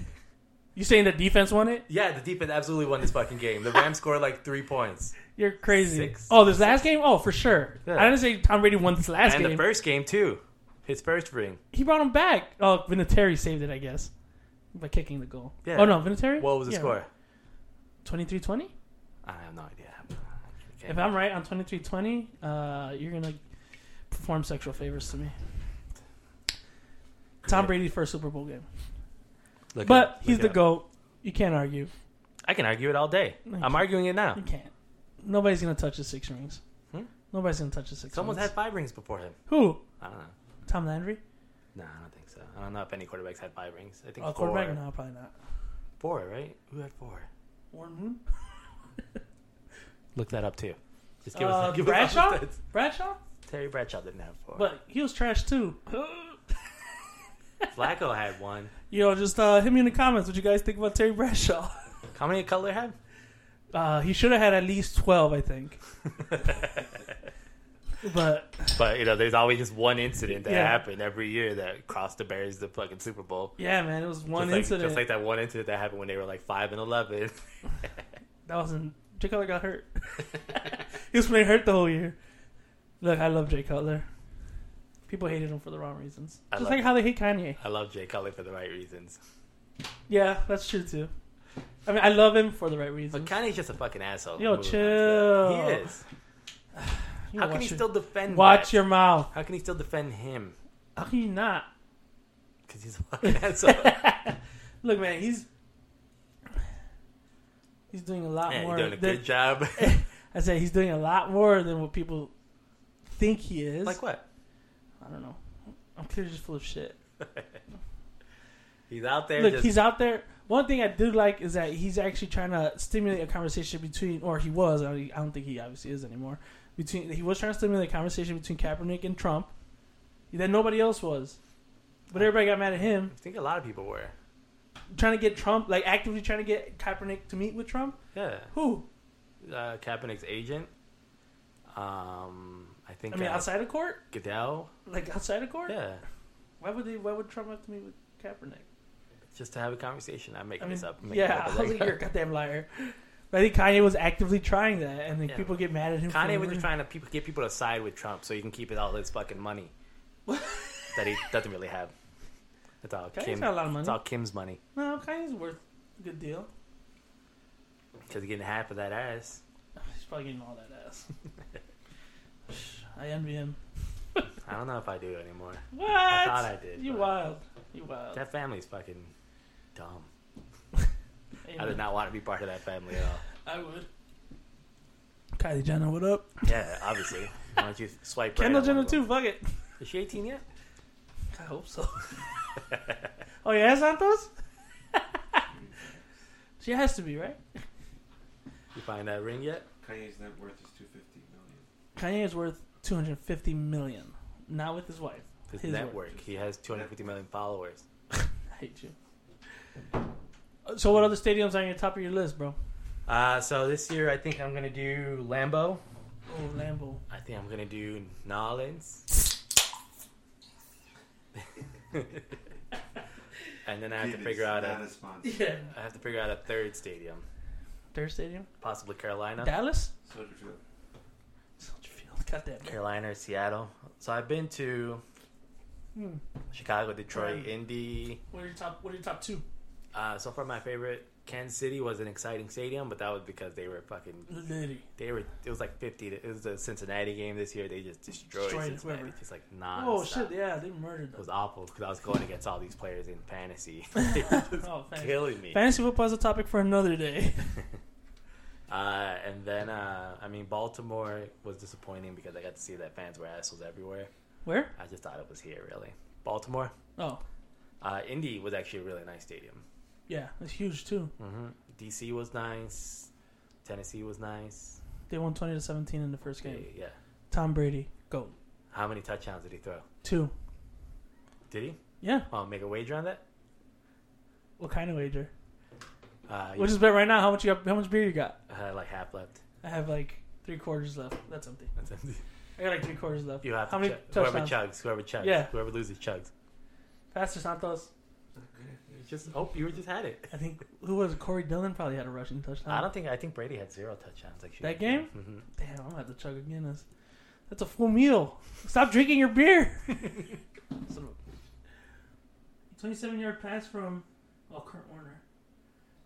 S2: You saying the defense won it?
S1: Yeah, the defense absolutely won this fucking game. The Rams scored like three points.
S2: You're crazy.
S1: Six.
S2: Oh, this last game? Oh, for sure.
S1: Yeah.
S2: I didn't say Tom Brady won this last
S1: and
S2: game.
S1: the first game too. His first ring.
S2: he brought him back. Oh, Vinatieri saved it, I guess, by kicking the goal.
S1: Yeah.
S2: Oh no, Vinatieri.
S1: What was the score?
S2: 23-20?
S1: I have no idea. Okay.
S2: If I'm right on 23-20, uh, you're gonna perform sexual favors to me. Tom
S1: Yeah.
S2: Brady's first Super Bowl game,
S1: Look
S2: but
S1: up,
S2: he's
S1: look
S2: the
S1: up.
S2: goat. You can't argue.
S1: I can argue it all day. I'm arguing it now.
S2: You can't. Nobody's gonna touch his six rings.
S1: Hmm?
S2: Nobody's gonna touch his six.
S1: Someone's
S2: rings.
S1: had five rings before him.
S2: who?
S1: I don't know.
S2: Tom Landry.
S1: No, I don't think so. I don't know if any quarterbacks had five rings. I think
S2: Oh,
S1: four.
S2: quarterback? No, probably not.
S1: Four, right? Who had four?
S2: Warren Moon.
S1: Look that up too. Just give
S2: Uh,
S1: us give Us
S2: Bradshaw.
S1: all the stats.
S2: Bradshaw.
S1: Terry Bradshaw didn't have four.
S2: But he was trash too.
S1: Flacco had one.
S2: Yo, just uh, hit me in the comments what you guys think about Terry Bradshaw.
S1: How many did Cutler have?
S2: Uh, he should have had at least 12, I think. but,
S1: But you know, there's always just one incident that
S2: Yeah.
S1: happened every year that crossed the Bears the fucking Super Bowl.
S2: yeah, man, it was one
S1: just like,
S2: incident.
S1: Just like that one incident that happened when they were like five and eleven.
S2: that wasn't. Jay Cutler got hurt. he was playing hurt the whole year. Look, I love Jay Cutler. People hated him for the wrong reasons.
S1: I
S2: just
S1: love
S2: like
S1: him.
S2: how they hate Kanye.
S1: I love Jay Cutler for the right reasons.
S2: Yeah, that's true, too. I mean, I love him for the right
S1: But
S2: reasons.
S1: Kanye's just a fucking asshole.
S2: Yo,
S1: Moving on to that.
S2: chill.
S1: He is.
S2: You
S1: How
S2: know,
S1: can
S2: watch
S1: he
S2: your-
S1: still defend?
S2: Watch
S1: that?
S2: your mouth.
S1: How can he still defend him?
S2: How can you not?
S1: Because he's a fucking asshole.
S2: Look, man, he's he's doing a lot
S1: Man,
S2: more.
S1: you're doing a
S2: than,
S1: good job.
S2: I said he's doing a lot more than what people think he is.
S1: like what?
S2: I don't know. I'm clearly just full of shit.
S1: He's out there.
S2: Look,
S1: just,
S2: he's out there. One thing I do like is that he's actually trying to stimulate a conversation between, or he was. I don't, I don't think he obviously is anymore. Between he was trying to stimulate a conversation between Kaepernick and Trump that nobody else was, but everybody got mad at him.
S1: I think a lot of people were.
S2: Trying to get Trump, like actively trying to get Kaepernick to meet with Trump.
S1: Yeah.
S2: Who?
S1: Uh, Kaepernick's agent. Um, I think.
S2: I mean,
S1: uh,
S2: outside of court.
S1: Goodell.
S2: Like outside of court?
S1: Yeah.
S2: Why would they? Why would Trump have to meet with Kaepernick?
S1: Just to have a conversation. I'm making
S2: I mean,
S1: this up. I'm making it
S2: yeah,
S1: up as
S2: I was
S1: I
S2: like,
S1: go.
S2: you're a goddamn liar. But I think Kanye was actively trying that, and then
S1: Yeah.
S2: people get mad at him.
S1: Kanye
S2: for
S1: was just trying to people, get people to side with Trump so he can keep it all his fucking money that he doesn't really have. It's all
S2: Kanye's
S1: Kim.
S2: got a lot of money.
S1: It's all Kim's money
S2: No, Kanye's worth a good deal.
S1: because he's getting half of that ass.
S2: He's probably getting all that ass. I envy him.
S1: I don't know if I do anymore.
S2: What?
S1: I thought I did.
S2: you
S1: but
S2: wild. You wild.
S1: That family's fucking dumb. I
S2: Amen.
S1: did not want to be part of that family at all.
S2: I would. Kylie Jenner, what up?
S1: Yeah, obviously. Why don't you swipe right
S2: Kendall
S1: on
S2: Jenner
S1: one of them?
S2: too. Fuck it.
S1: Is she 18 yet?
S2: I hope so. oh yeah, Santos. she has to be right.
S1: You find that ring yet?
S3: Kanye's net worth is two fifty million.
S2: Kanye is worth 250 million. Not with his wife.
S1: His,
S2: His
S1: network.
S3: work.
S1: He has 250 million followers.
S2: I hate you. Uh, So, what other stadiums are on your top of your list, bro?
S1: Uh, so this year, I think I'm going to do Lambeau.
S2: Oh, Lambo.
S1: I think I'm gonna do Nolans. and then I have to
S3: Dude,
S1: figure
S3: it's
S1: out
S3: not
S1: a,
S3: a sponsor.
S2: Yeah.
S1: I have to figure out a third stadium.
S2: Their stadium?
S1: Possibly Carolina.
S2: Dallas?
S3: Soldier Field.
S2: Soldier Field. God damn it.
S1: Carolina or Seattle. So I've been to
S2: Hmm.
S1: Chicago, Detroit,
S2: Right.
S1: Indy.
S2: What are your top? What are your top two?
S1: Uh, so far, my favorite Kansas City was an exciting stadium, but that was because they were fucking.
S2: Liddy.
S1: They were. It was like fifty. To, it was the Cincinnati game this year. They just destroyed,
S2: Destroyed
S1: Cincinnati.
S2: whoever.
S1: Just like non.
S2: Oh shit! Yeah, they murdered
S1: It
S2: them.
S1: was awful because I was going against all these players in fantasy. they were just
S2: Oh, thanks.
S1: killing me.
S2: Fantasy football is a topic for another day.
S1: Uh, and then, uh, I mean, Baltimore was disappointing because I got to see that fans were assholes everywhere.
S2: Where?
S1: I just thought it was here, really. Baltimore.
S2: Oh,
S1: Uh, Indy was actually a really nice stadium.
S2: yeah, it's huge too.
S1: hmm DC was nice. Tennessee was nice.
S2: They won twenty to seventeen in the first game.
S1: Yeah.
S2: Tom Brady, go
S1: How many touchdowns did he throw?
S2: two.
S1: Did he?
S2: Yeah.
S1: Oh, make a wager on that?
S2: What kind of wager?
S1: Uh,
S2: We'll just bet right now how much you got, how much beer you got.
S1: uh, like half left.
S2: I have like three quarters left. That's empty.
S1: That's it.
S2: I got like three quarters left.
S1: you have
S2: how
S1: to
S2: many
S1: chug- whoever
S2: touchdowns?
S1: chugs, whoever chugs,
S2: Yeah.
S1: whoever loses chugs.
S2: Pastor Santos.
S1: You just oh, you just had it.
S2: I think who was it? Corey Dillon probably had a rushing touchdown.
S1: I don't think I think Brady had zero touchdowns. Actually,
S2: That game?
S1: hmm
S2: Damn, I'm gonna have to chug a Guinness. That's a full meal. Stop drinking your beer. Son of a- 27 yard pass from oh Kurt Warner.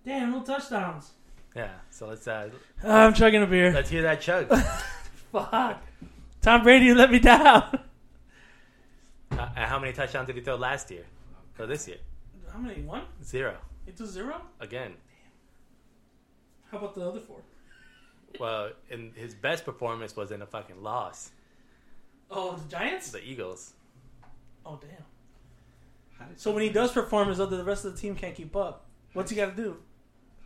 S2: Damn, no touchdowns.
S1: Yeah. So let's uh,
S2: I'm chugging a beer.
S1: let's hear that chug.
S2: Fuck. Tom Brady let me down.
S1: Uh, and how many touchdowns did he throw last year? Or this year?
S2: How many? One?
S1: Zero.
S2: It was zero?
S1: Again.
S2: How about the other four?
S1: Well, and his best performance was in a fucking loss.
S2: Oh, the Giants?
S1: The Eagles.
S2: Oh damn.
S3: How did
S2: So
S3: you
S2: when he
S3: still-
S2: does perform, as though the rest of the team can't keep up. What's he got to do?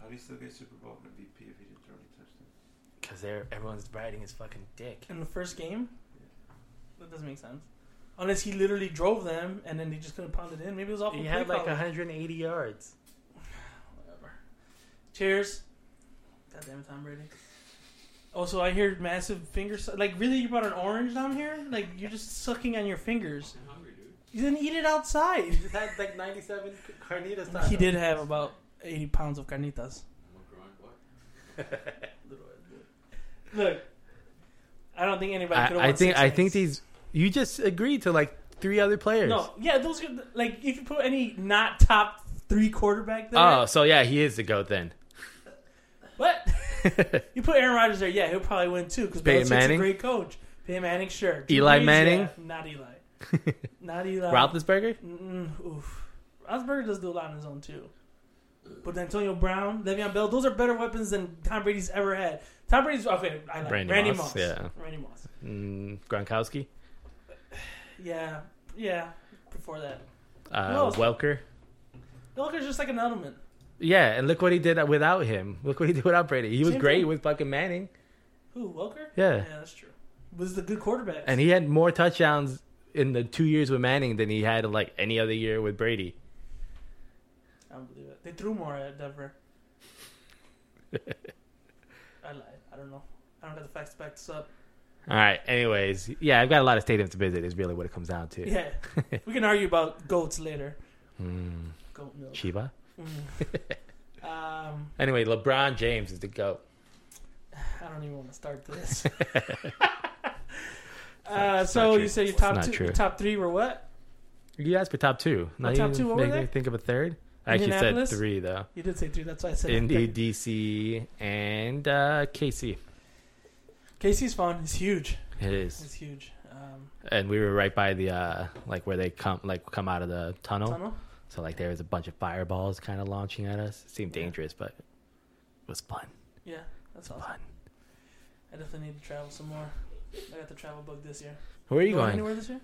S3: how do you still get Super Bowl and MVP if he didn't throw any touchdowns?
S1: Because everyone's riding his fucking dick.
S2: in the first game. That doesn't make sense. Unless he literally drove them and then they just couldn't pound it in. Maybe it was awful.
S1: He
S2: play
S1: had like
S2: calling.
S1: 180 yards.
S2: Whatever. Cheers. God damn it, Tom Brady. Also, I hear massive finger. Su- like, really, you brought an orange down here? Like, you're just sucking on your fingers.
S4: I'm hungry, dude.
S2: You didn't eat it outside.
S1: just had like 97 carnitas.
S2: He did have about 80 pounds of carnitas.
S4: I'm a grunt. What?
S2: Look, I don't think anybody could have
S1: I, think I think these. You just agreed to like three other players.
S2: No, yeah, those are like if you put any not top three quarterback there.
S1: Oh, so yeah, he is the goat then.
S2: What? you put Aaron Rodgers there, yeah, he'll probably win too because
S1: Peyton
S2: Belichick's
S1: Manning?
S2: a great coach. Peyton Manning, sure.
S1: Eli
S2: yeah.
S1: Manning?
S2: not Eli, not Eli.
S1: Roethlisberger.
S2: Mm, oof. Roethlisberger does do a lot on his own too. But Antonio Brown, Le'Veon Bell, those are better weapons than Tom Brady's ever had. Tom Brady's okay. I like
S1: Randy
S2: Randy,
S1: Moss,
S2: Moss,
S1: yeah.
S2: Randy Moss.
S1: Mm, Gronkowski.
S2: Yeah, yeah. Before that,
S1: Uh,
S2: No.
S1: Welker.
S2: Belichick's just like an element.
S1: Yeah, and look what he did without him. Look what he did without Brady. He was
S2: Same
S1: great
S2: thing.
S1: with fucking Manning,
S2: Who Welker?
S1: Yeah.
S2: yeah, that's true. Was the good quarterback.
S1: and he had more touchdowns in the two years with Manning than he had in like any other year with Brady.
S2: I don't believe it. They threw more at Denver. I lied. I don't know. I don't have the facts to back this up.
S1: All right. Anyways, yeah, I've got a lot of stadiums to visit. Is really what it comes down to.
S2: Yeah. we can argue about goats later.
S1: Mm,
S2: Goat milk.
S1: Chiba.
S2: Mm. um,
S1: Anyway, LeBron James is the goat.
S2: I don't even want to start this. uh, so
S1: true.
S2: you said your
S1: It's
S2: top
S1: not
S2: two,
S1: true.
S2: your top three were what?
S1: You asked for top two.
S2: My
S1: Not
S2: top
S1: even
S2: two, what were
S1: make me
S2: they?
S1: Think of a third. I actually said
S2: Indianapolis?
S1: three though.
S2: You did say three. That's why I said
S1: Indy, DC, and uh, KC.
S2: Casey's fun. It's huge.
S1: It is,
S2: It's huge. Um,
S1: and we were right by the uh, like where they come like come out of the tunnel.
S2: tunnel.
S1: So like there was a bunch of fireballs kind of launching at us. It seemed
S2: Yeah.
S1: dangerous, but it was fun.
S2: Yeah, that's awesome.
S1: Fun.
S2: I definitely need to travel some more. I got the travel bug this year.
S1: Where are you going?
S2: anywhere this year?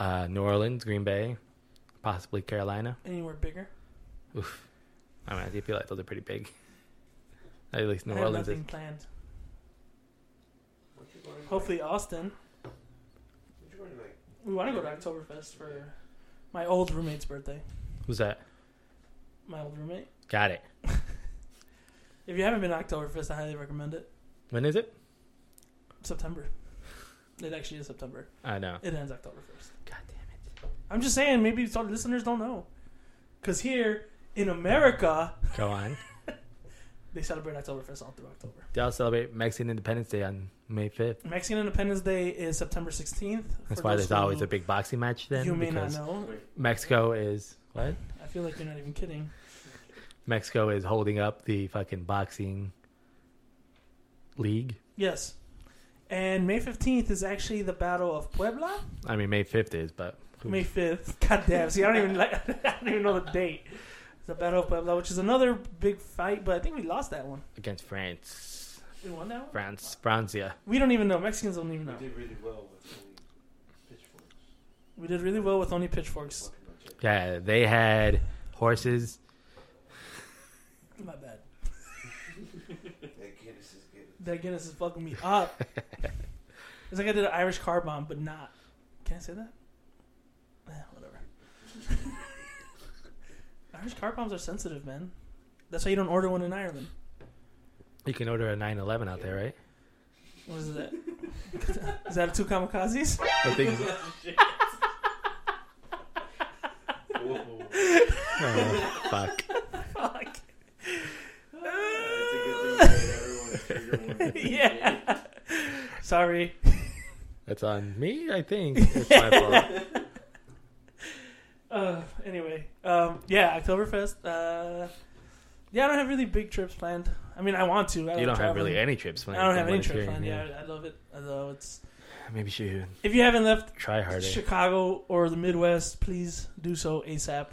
S1: Uh, New Orleans, Green Bay, possibly Carolina.
S2: Anywhere bigger?
S1: I mean, I do feel like those are pretty big. At least New
S2: I have
S1: Orleans is.
S2: nothing planned.
S3: What you going to-
S2: Hopefully, Austin.
S3: What you going to like?
S2: We want to go to Oktoberfest for my old roommate's birthday.
S1: Who's that?
S2: My old roommate.
S1: Got it.
S2: If you haven't been to Oktoberfest, I highly recommend it.
S1: When is it?
S2: September. It actually is September.
S1: I know.
S2: It ends October 1st.
S1: God damn
S2: I'm just saying, maybe some listeners don't know. Because here in America,
S1: it. Go on.
S2: They celebrate Oktoberfest all through October.
S1: They all celebrate Mexican Independence Day on May 5th.
S2: Mexican Independence Day is September 16th.
S1: That's
S2: For
S1: why
S2: those
S1: there's always
S2: who-
S1: a big boxing match then.
S2: You may not
S1: because
S2: know.
S1: Mexico is what?
S2: I feel like you're not even kidding.
S1: Mexico is holding up the fucking boxing league.
S2: Yes. And May 15th is actually the Battle of Puebla.
S1: I mean May 5th is, but who-
S2: May 5th. God damn. See, I don't even like, I don't even know the date. It's the Battle of Puebla, which is another big fight, but I think we lost that one.
S1: against France.
S2: We won that one?
S1: France, Francia.
S2: We don't even know. Mexicans don't even know.
S3: We did really well with only pitchforks.
S2: We did really well with only pitchforks.
S3: Fucking much it.
S1: Yeah, they had horses.
S2: My bad.
S3: That Guinness is good.
S2: That Guinness is fucking me up. it's like I did an Irish car bomb, but not. Can I say that? Eh, whatever. Irish car bombs are sensitive, man. That's why you don't order one in Ireland.
S1: You can order a 911 out there, right?
S2: What is that? is that two kamikazes?
S1: I think.
S3: Whoa.
S1: Oh, fuck.
S2: Fuck.
S3: That's a good thing that everyone is trigger warning.
S2: yeah. Sorry.
S1: That's on me, I think. It's my fault.
S2: Uh, anyway, um, yeah, Oktoberfest. Uh, yeah, I don't have really big trips planned. I mean, I want to. I
S1: You
S2: love
S1: don't have really
S2: traveling.
S1: any trips planned.
S2: I don't have
S1: when
S2: any
S1: it's
S2: trips
S1: here,
S2: planned. Yeah, I I love it. Although it's
S1: Maybe you should
S2: if you haven't left
S1: try harder.
S2: Chicago or the Midwest, please do so ASAP.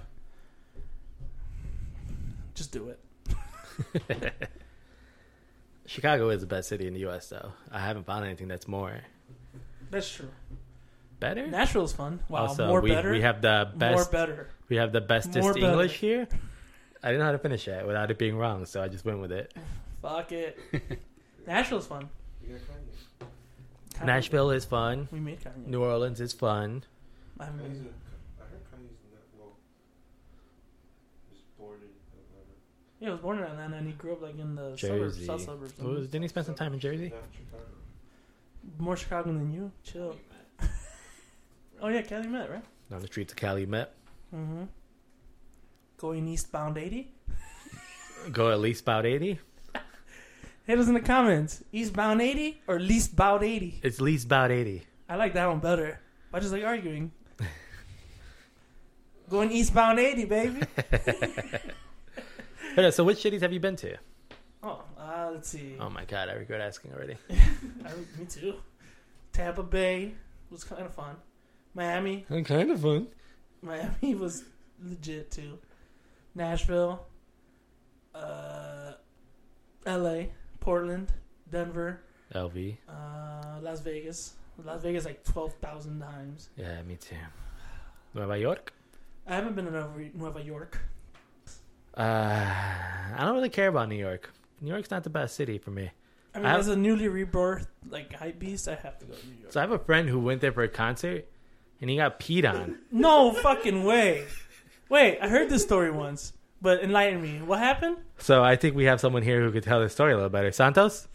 S2: Just do it.
S1: Chicago is the best city in the U.S. Though I haven't found anything that's more
S2: That's true.
S1: better.
S2: Nashville's fun. Wow,
S1: also,
S2: more
S1: we,
S2: better.
S1: we have the
S2: more
S1: best.
S2: better.
S1: we have the bestest
S2: more better.
S1: English here. I didn't know how to finish that without it being wrong, so I just went with it.
S2: Fuck it. Nashville's fun.
S3: You got Kanye.
S2: Kanye-
S1: Nashville is fun.
S2: We made Kanye.
S1: New Orleans is fun.
S2: I haven't
S3: Kanye's
S2: been-
S3: a- I heard Kanye's not well. He was born in Atlanta.
S2: Yeah, I was born in Atlanta and he grew up like in the
S1: Jersey.
S2: suburbs, south suburbs.
S1: What was- didn't he spend some time in Jersey?
S3: Not Chicago.
S2: Mm-hmm. More Chicago than you. Chill. Oh yeah, Kelly Met, right?
S1: On the streets of Calumet.
S2: Mm-hmm. Going eastbound 80.
S1: Go at least about eighty.
S2: Hit us in the comments. Eastbound 80 or leastbound 80?
S1: It's least about eighty.
S2: I like that one better. I just like arguing. Going eastbound 80, baby.
S1: But yeah, uh, so which cities have you been to?
S2: Oh, uh, let's see.
S1: Oh my god, I regret asking already.
S2: I, me too. Tampa Bay was kind of fun. Miami.
S1: kind of fun.
S2: Miami was legit too. Nashville. Uh, L.A., Portland, Denver,
S1: LV.
S2: uh, Las Vegas. Las Vegas like 12,000 times.
S1: Yeah, me too. Nueva York.
S2: I haven't been to Nova, Nueva York.
S1: Uh, I don't really care about New York. New York's not the best city for me.
S2: I mean,
S1: I-
S2: as a newly rebirth, like hype beast, I have to go to New York.
S1: So I have a friend who went there for a concert, and he got peed on.
S2: No fucking way. Wait, I heard this story once, but enlighten me. What happened?
S1: So I think we have someone here who could tell the story a little better. Santos.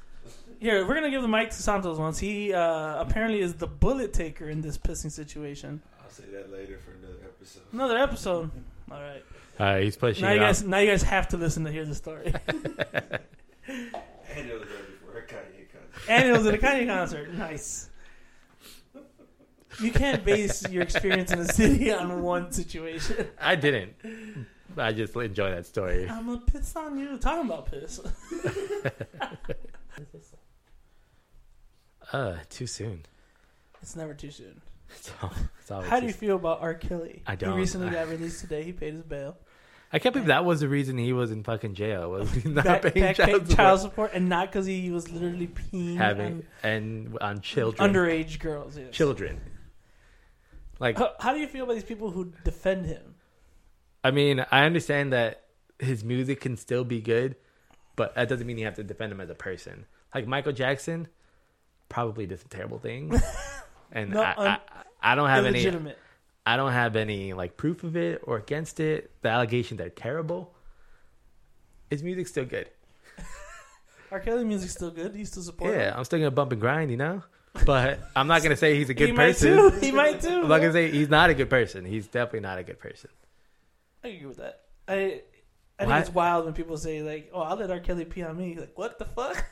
S2: Here, we're gonna give the mic to Santos once. He uh, apparently is the bullet taker in this pissing situation.
S3: I'll say that later for another episode.
S2: Another episode. All right.
S1: Uh, he's pushing.
S2: Now
S1: it
S2: you
S1: off.
S2: guys, now you guys have to listen to hear the story.
S3: And it was right before a Kanye concert.
S2: and it was at a Kanye concert. Nice. You can't base your experience in a city on one situation.
S1: I didn't. I just enjoy that story.
S2: I'm gonna piss on you. Talking about piss.
S1: Uh, too soon.
S2: It's never too soon.
S1: It's all, Oh, it's always
S2: How do you
S1: just-
S2: feel about R. Kelly?
S1: I don't.
S2: He recently got released today. He paid his bail.
S1: I can't believe that was the reason he was in fucking jail. Was he not
S2: back,
S1: paying
S2: back
S1: child
S2: paid
S1: support?
S2: child support, and not because he was literally peeing
S1: having and on
S2: on
S1: children,
S2: underage girls. Yes.
S1: children. Like
S2: How, how do you feel about these people who defend him?
S1: I mean, I understand that his music can still be good, but that doesn't mean you have to defend him as a person. Like Michael Jackson, probably did some terrible things, and
S2: No,
S1: I,
S2: un-
S1: I, I don't have any.
S2: Illegitimate.
S1: I don't have any like proof of it or against it. The allegations are terrible. His music's still good.
S2: R. Kelly music's still good. He's still supported.
S1: Yeah, I'm still gonna bump and grind, you know. But I'm not gonna say he's a good
S2: he
S1: person.
S2: Might too. He might too.
S1: I'm not gonna say he's not a good person. He's definitely not a good person.
S2: I agree with that. I I
S1: Why-
S2: think it's wild when people say like, "Oh, I'll let R. Kelly pee on me." Like, what the fuck?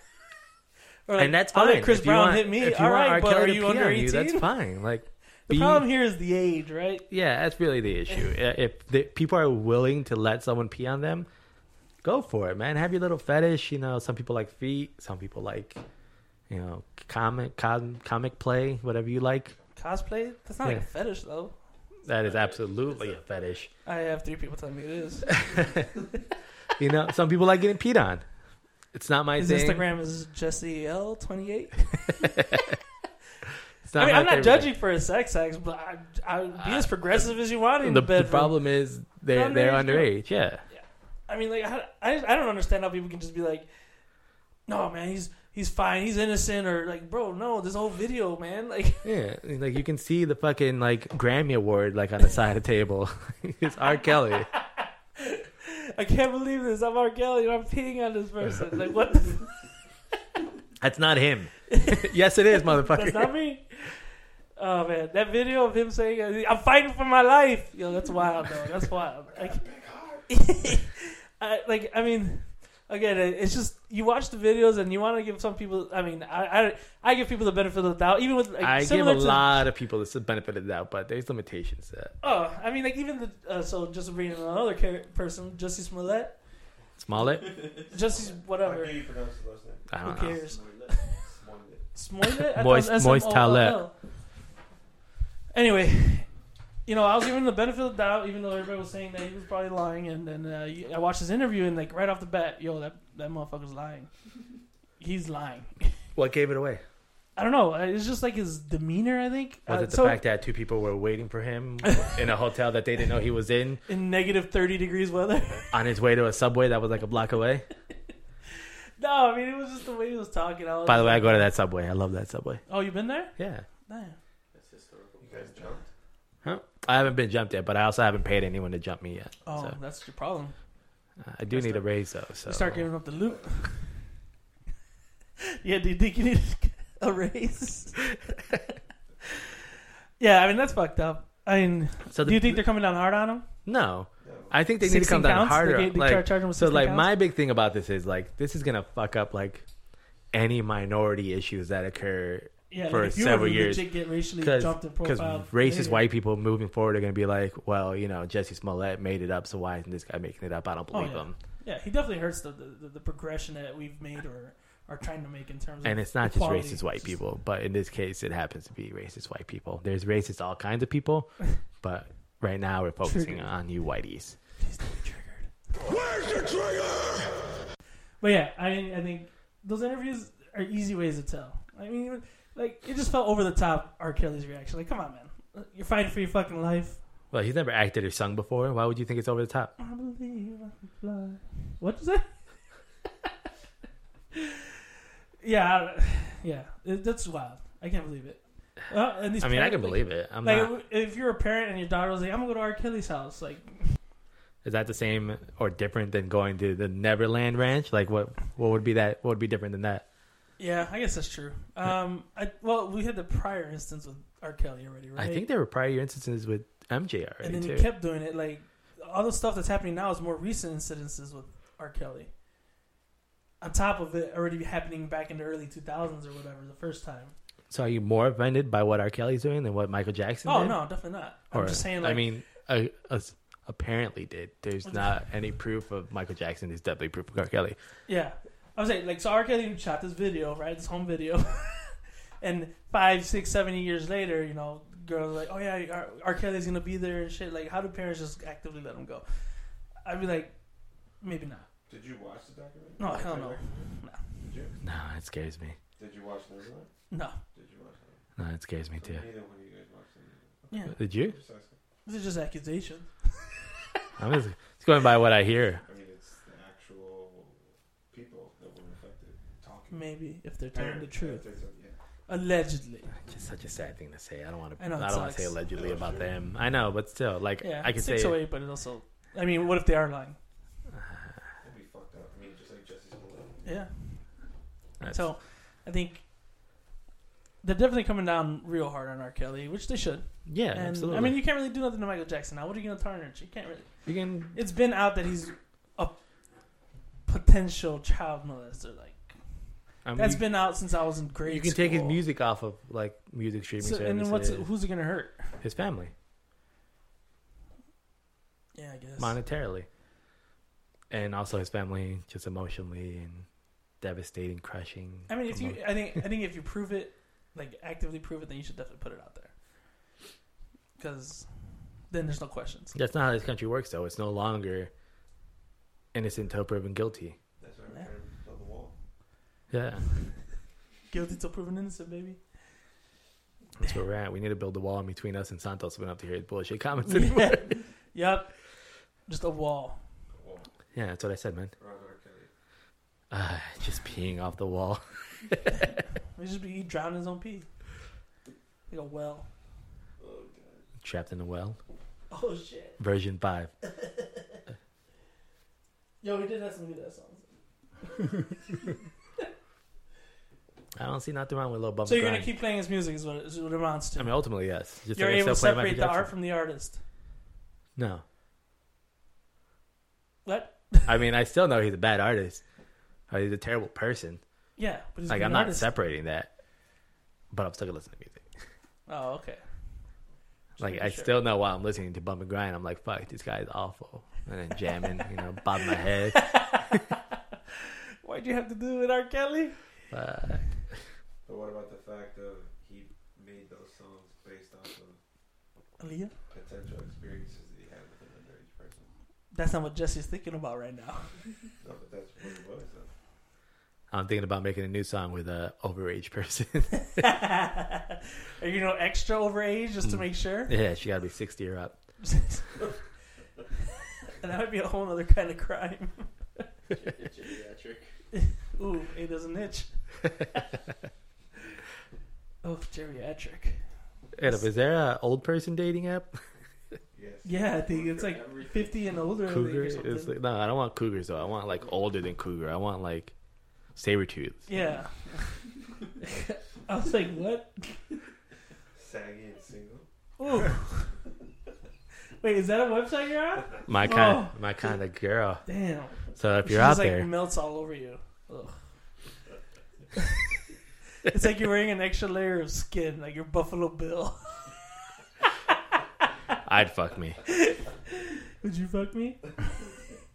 S2: or
S1: and that's
S2: I'll
S1: fine.
S2: let Chris
S1: If you
S2: Brown
S1: want-
S2: hit me.
S1: if you
S2: All
S1: want
S2: right,
S1: R.
S2: but
S1: Kelly
S2: are
S1: to
S2: you
S1: pee
S2: under
S1: on you, That's
S2: 18?
S1: fine. Like
S2: The
S1: be-
S2: problem here is the age, right?
S1: Yeah, that's really the issue. I- if the, people are willing to let someone pee on them, go for it, man. Have your little fetish. You know, some people like feet. Some people like, you know, comic com, comic play, whatever you like.
S2: Cosplay? That's not like a
S1: Yeah.
S2: fetish though.
S1: That is absolutely a fetish.
S2: I have three people telling me it is.
S1: You know, some people like getting peed on. It's not my
S2: His
S1: thing.
S2: Instagram is Jesse L twenty eight.
S1: It's
S2: I mean,
S1: my
S2: I'm not
S1: favorite.
S2: judging for his sex acts, but I, I would be
S1: I-
S2: as progressive as you want in
S1: The,
S2: the,
S1: the
S2: bedroom.
S1: problem is they're
S2: Underage
S1: they're
S2: girl.
S1: underage. Yeah,
S2: I mean, like, I, I, I don't understand how people can just be like, "No, man, he's he's fine, he's innocent," or like, "Bro, no, this whole video, man." Like,
S1: yeah. Like you can see the fucking like Grammy award like on the side of the table. it's R. Kelly.
S2: I can't believe this. I'm R. Kelly, and I'm peeing on this person. Like, what? the-
S1: That's not him. yes, it is, motherfucker.
S2: That's not me. Oh man, that video of him saying, "I'm fighting for my life," yo, that's wild, though. That's wild. Like, I, like, I mean, again, it- it's just you watch the videos and you want to give some people. I mean, I, I, I give people the benefit of the doubt, even with like,
S1: I give
S2: similar
S1: a
S2: to-
S1: lot of people the benefit of the doubt, but there's limitations to that.
S2: Oh, I mean, like even the uh, so just reading another char- person, Jesse Smollett,
S1: Smollett?
S2: Jesse
S3: How
S2: whatever
S3: do you pronounce his last name?
S1: I don't
S2: Who
S1: know.
S2: cares? Here's-
S3: Smollett. Smollett.
S2: Smollett, I
S1: Moist-
S2: thought it was
S1: Moist
S2: S-M-O-L-L.
S1: Towlett.
S2: Anyway, you know, I was given the benefit of the doubt, even though everybody was saying that he was probably lying. And then uh, you- I watched his interview, and like right off the bat, yo, that that motherfucker's lying. He's lying.
S1: What gave it away?
S2: I don't know. uh, It's just like his demeanor. I think
S1: Was
S2: Uh,
S1: it the
S2: so
S1: fact that two people were waiting for him in a hotel that they didn't know he was in
S2: in negative thirty degrees weather.
S1: on his way to a subway that was like a block away?
S2: no, I mean it was just the way he was talking. I was
S1: By the way, I
S2: like,
S1: go to that subway. I love that subway.
S2: oh, you been there?
S1: Yeah.
S2: Damn.
S4: That's historical.
S3: You guys jumped?
S1: Huh? I haven't been jumped yet, but I also haven't paid anyone to jump me yet.
S2: Oh,
S1: So,
S2: that's your problem.
S1: uh, I do need a raise though. So
S2: You start giving up the loot. yeah, do you think you need a raise? yeah, I mean that's fucked up. I mean,
S1: So the,
S2: do you think they're coming down hard on him?
S1: no?
S3: No.
S1: I think they need to come down harder.
S2: They, get- they
S1: like,
S2: try to charge him with
S1: So
S2: 16
S1: like
S2: counts?
S1: my big thing about this is like this is gonna fuck up like any minority issues that occur
S2: yeah,
S1: for
S2: if you were
S1: several
S2: to
S1: years,
S2: legit get racially
S1: because
S2: jumped and profiled
S1: racist
S2: later-
S1: white people moving forward are gonna be like, well, you know, Jesse Smollett made it up, so why isn't this guy making it up? I don't
S2: Oh,
S1: believe
S2: yeah.
S1: him.
S2: Yeah, he definitely hurts the, the, the progression that we've made or are trying to make in terms of.
S1: And it's not just
S2: equality.
S1: racist white people, but in this case, it happens to be racist white people. There's racist all kinds of people, but right now we're focusing
S2: Triggered.
S1: on you whiteies.
S2: Please don't be triggered. But yeah, I mean, I think those interviews are easy ways to tell. I mean, even- like it just felt over the top. R. Kelly's reaction, like, come on, man, you're fighting for your fucking life.
S1: Well, he's never acted or sung before. Why would you think it's over the top?
S2: I believe I can fly. What you say? yeah, I don't- yeah, it, that's wild. I can't believe it. Well, and these
S1: I mean, I
S2: parents,
S1: can
S2: like-
S1: believe it. I'm
S2: Like,
S1: not.
S2: if you're a parent and your daughter was like, "I'm gonna go to R. Kelly's house," like,
S1: Is that the same or different than going to the Neverland Ranch? Like, what what would be that? What would be different than that?
S2: yeah, I guess that's true. Um, I, well, we had the prior instance with R. Kelly already, right?
S1: I think there were prior instances with MJ already
S2: and then
S1: too.
S2: he kept doing it. Like all the stuff that's happening now is more recent incidences with R. Kelly. On top of it already happening back in the early 2000s or whatever, the first time.
S1: so, are you more offended by what R. Kelly's doing than what Michael Jackson?
S2: Oh
S1: did?
S2: no, definitely not.
S1: Or-
S2: I'm just saying. Like,
S1: I mean, uh, uh, apparently did. There's
S2: What
S1: not any proof of Michael Jackson. There's definitely proof of R. Kelly.
S2: yeah, I was saying like so. R. Kelly shot this video, right? This home video, and five, six, seven years later, you know, girls are like, oh yeah, R. R. Kelly's gonna be there and shit. Like, how do parents just actively let him go? I'd be like, maybe not.
S3: Did you watch the documentary?
S2: No, hell no.
S3: Did you?
S1: No, it scares me.
S3: Did you watch Neverland?
S2: No,
S3: Did you watch that?
S1: No, it scares me too.
S3: Neither one of you guys watched it.
S2: yeah,
S1: Did you?
S3: Just asking.
S2: this is just accusation.
S1: I'm just it's going by what I hear.
S3: I mean, it's the actual people that were affected talking.
S2: Maybe if they're telling the truth,
S3: Yeah, yeah.
S2: allegedly.
S1: Just such a sad thing to say. I don't want to.
S2: I
S1: I,
S2: know, it
S1: don't want
S2: sucks.
S1: to say allegedly
S3: Yeah,
S1: about
S3: sure.
S1: them. I know, but still, like
S2: Yeah,
S1: I could
S2: six
S1: say.
S2: oh eight, but it also. I mean, what if they are lying?
S3: It'd be fucked up. I mean, just like Jesse's
S2: Yeah.
S1: That's-
S2: So, I think they're definitely coming down real hard on R. Kelly, which they should.
S1: yeah,
S2: and
S1: absolutely.
S2: I mean, you can't really do nothing to Michael Jackson now. What are you going to tarnish? You can't really.
S1: you can
S2: It's been out that he's a potential child molester. Like
S1: I mean,
S2: that's
S1: you,
S2: been out since I was in grade.
S1: you can take his
S2: school.
S1: music off of like music streaming
S2: So,
S1: services.
S2: and then what's who's it gonna hurt?
S1: his family
S2: Yeah, I guess.
S1: monetarily, and also his family just emotionally and devastating, crushing.
S2: I mean, if you,
S1: emo-
S2: I think, I think if you prove it, like actively prove it, then you should definitely put it out there. Because then there's no questions.
S1: that's not how this country works, though. It's no longer innocent until proven guilty.
S3: That's why I'm
S2: Yeah.
S3: trying to build the wall.
S1: Yeah,
S2: Guilty till proven innocent, baby.
S1: that's where we're at. We need to build a wall in between us and Santos. We don't have to hear his bullshit comments anymore.
S2: Yeah. yep. Just a wall.
S3: The wall.
S1: Yeah, that's what I said, man.
S3: Ron R. Kelly.
S1: Uh, just peeing off the wall.
S2: He just be he drowned in his own pee. Like a well.
S3: Oh, God.
S1: Trapped in a well.
S2: Oh shit.
S1: Version 5.
S2: Yo, we did have some good ass songs.
S1: I don't see nothing wrong with Lil Bubba
S2: So you're
S1: Grind.
S2: gonna keep playing his music is what, is what it amounts to.
S1: I mean, ultimately, yes. Just
S2: you're
S1: like I
S2: able to
S1: still play Michael
S2: separate the
S1: Jackson.
S2: art from the artist.
S1: No.
S2: What?
S1: I mean, I still know he's a bad artist. Or he's a terrible person.
S2: Yeah, but he's
S1: like,
S2: an
S1: I'm not
S2: artist.
S1: separating that. But I'm still going to listen to music.
S2: Oh, okay. Just
S1: Like,
S2: making
S1: I
S2: sure.
S1: still know while I'm listening to Bump and Grind, I'm like, fuck, this guy is awful. And then jamming, you know, bob my head.
S2: Why'd you have to do it, R. Kelly?
S1: Uh,
S3: But what about the fact of he made those songs based off of
S2: Aaliyah?
S3: potential experiences that he had with an underage person?
S2: That's not what Jesse's thinking about right now.
S3: No, but that's what it was. Though.
S1: I'm thinking about making a new song with a overage person.
S2: Are you no extra overage just to
S1: Mm.
S2: make sure?
S1: yeah, she got to be 60 or up.
S2: and that would be a whole other kind of crime.
S4: Geriatric.
S2: Ooh, it doesn't itch. oh, geriatric.
S1: Ed, is there an old person dating app?
S3: Yes.
S2: Yeah, I think it's like
S4: Everything.
S2: 50 and older. I think, or
S1: Cougar? It's
S2: something.
S1: like, no, I don't want cougars though. I want like older than cougar. I want like saber tooth.
S2: yeah. I was like, what?
S3: Saggy and single.
S2: Ooh. Wait, is that a website you're on?
S1: My kind,
S2: Oh.
S1: my kind of girl.
S2: Damn.
S1: So if
S2: She
S1: you're out
S2: just, like,
S1: there,
S2: melts all over you. Ugh. it's like you're wearing an extra layer of skin, like your Buffalo Bill.
S1: I'd fuck me.
S2: Would you fuck me?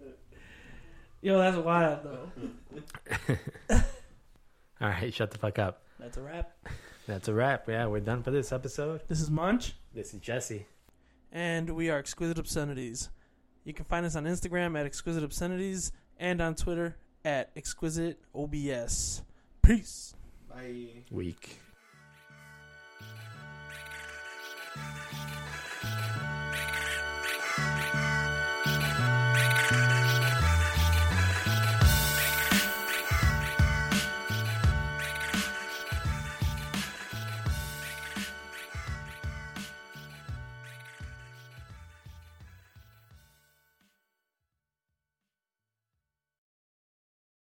S2: Yo, that's wild though.
S1: All right, shut the fuck up.
S2: That's a wrap.
S1: That's a wrap. Yeah, we're done for this episode.
S2: This is Munch,
S1: This is Jesse.
S2: and we are Exquisite Obscenities. You can find us on Instagram at Exquisite Obscenities and on Twitter at Exquisite OBS. Peace.
S3: Bye.
S1: Week.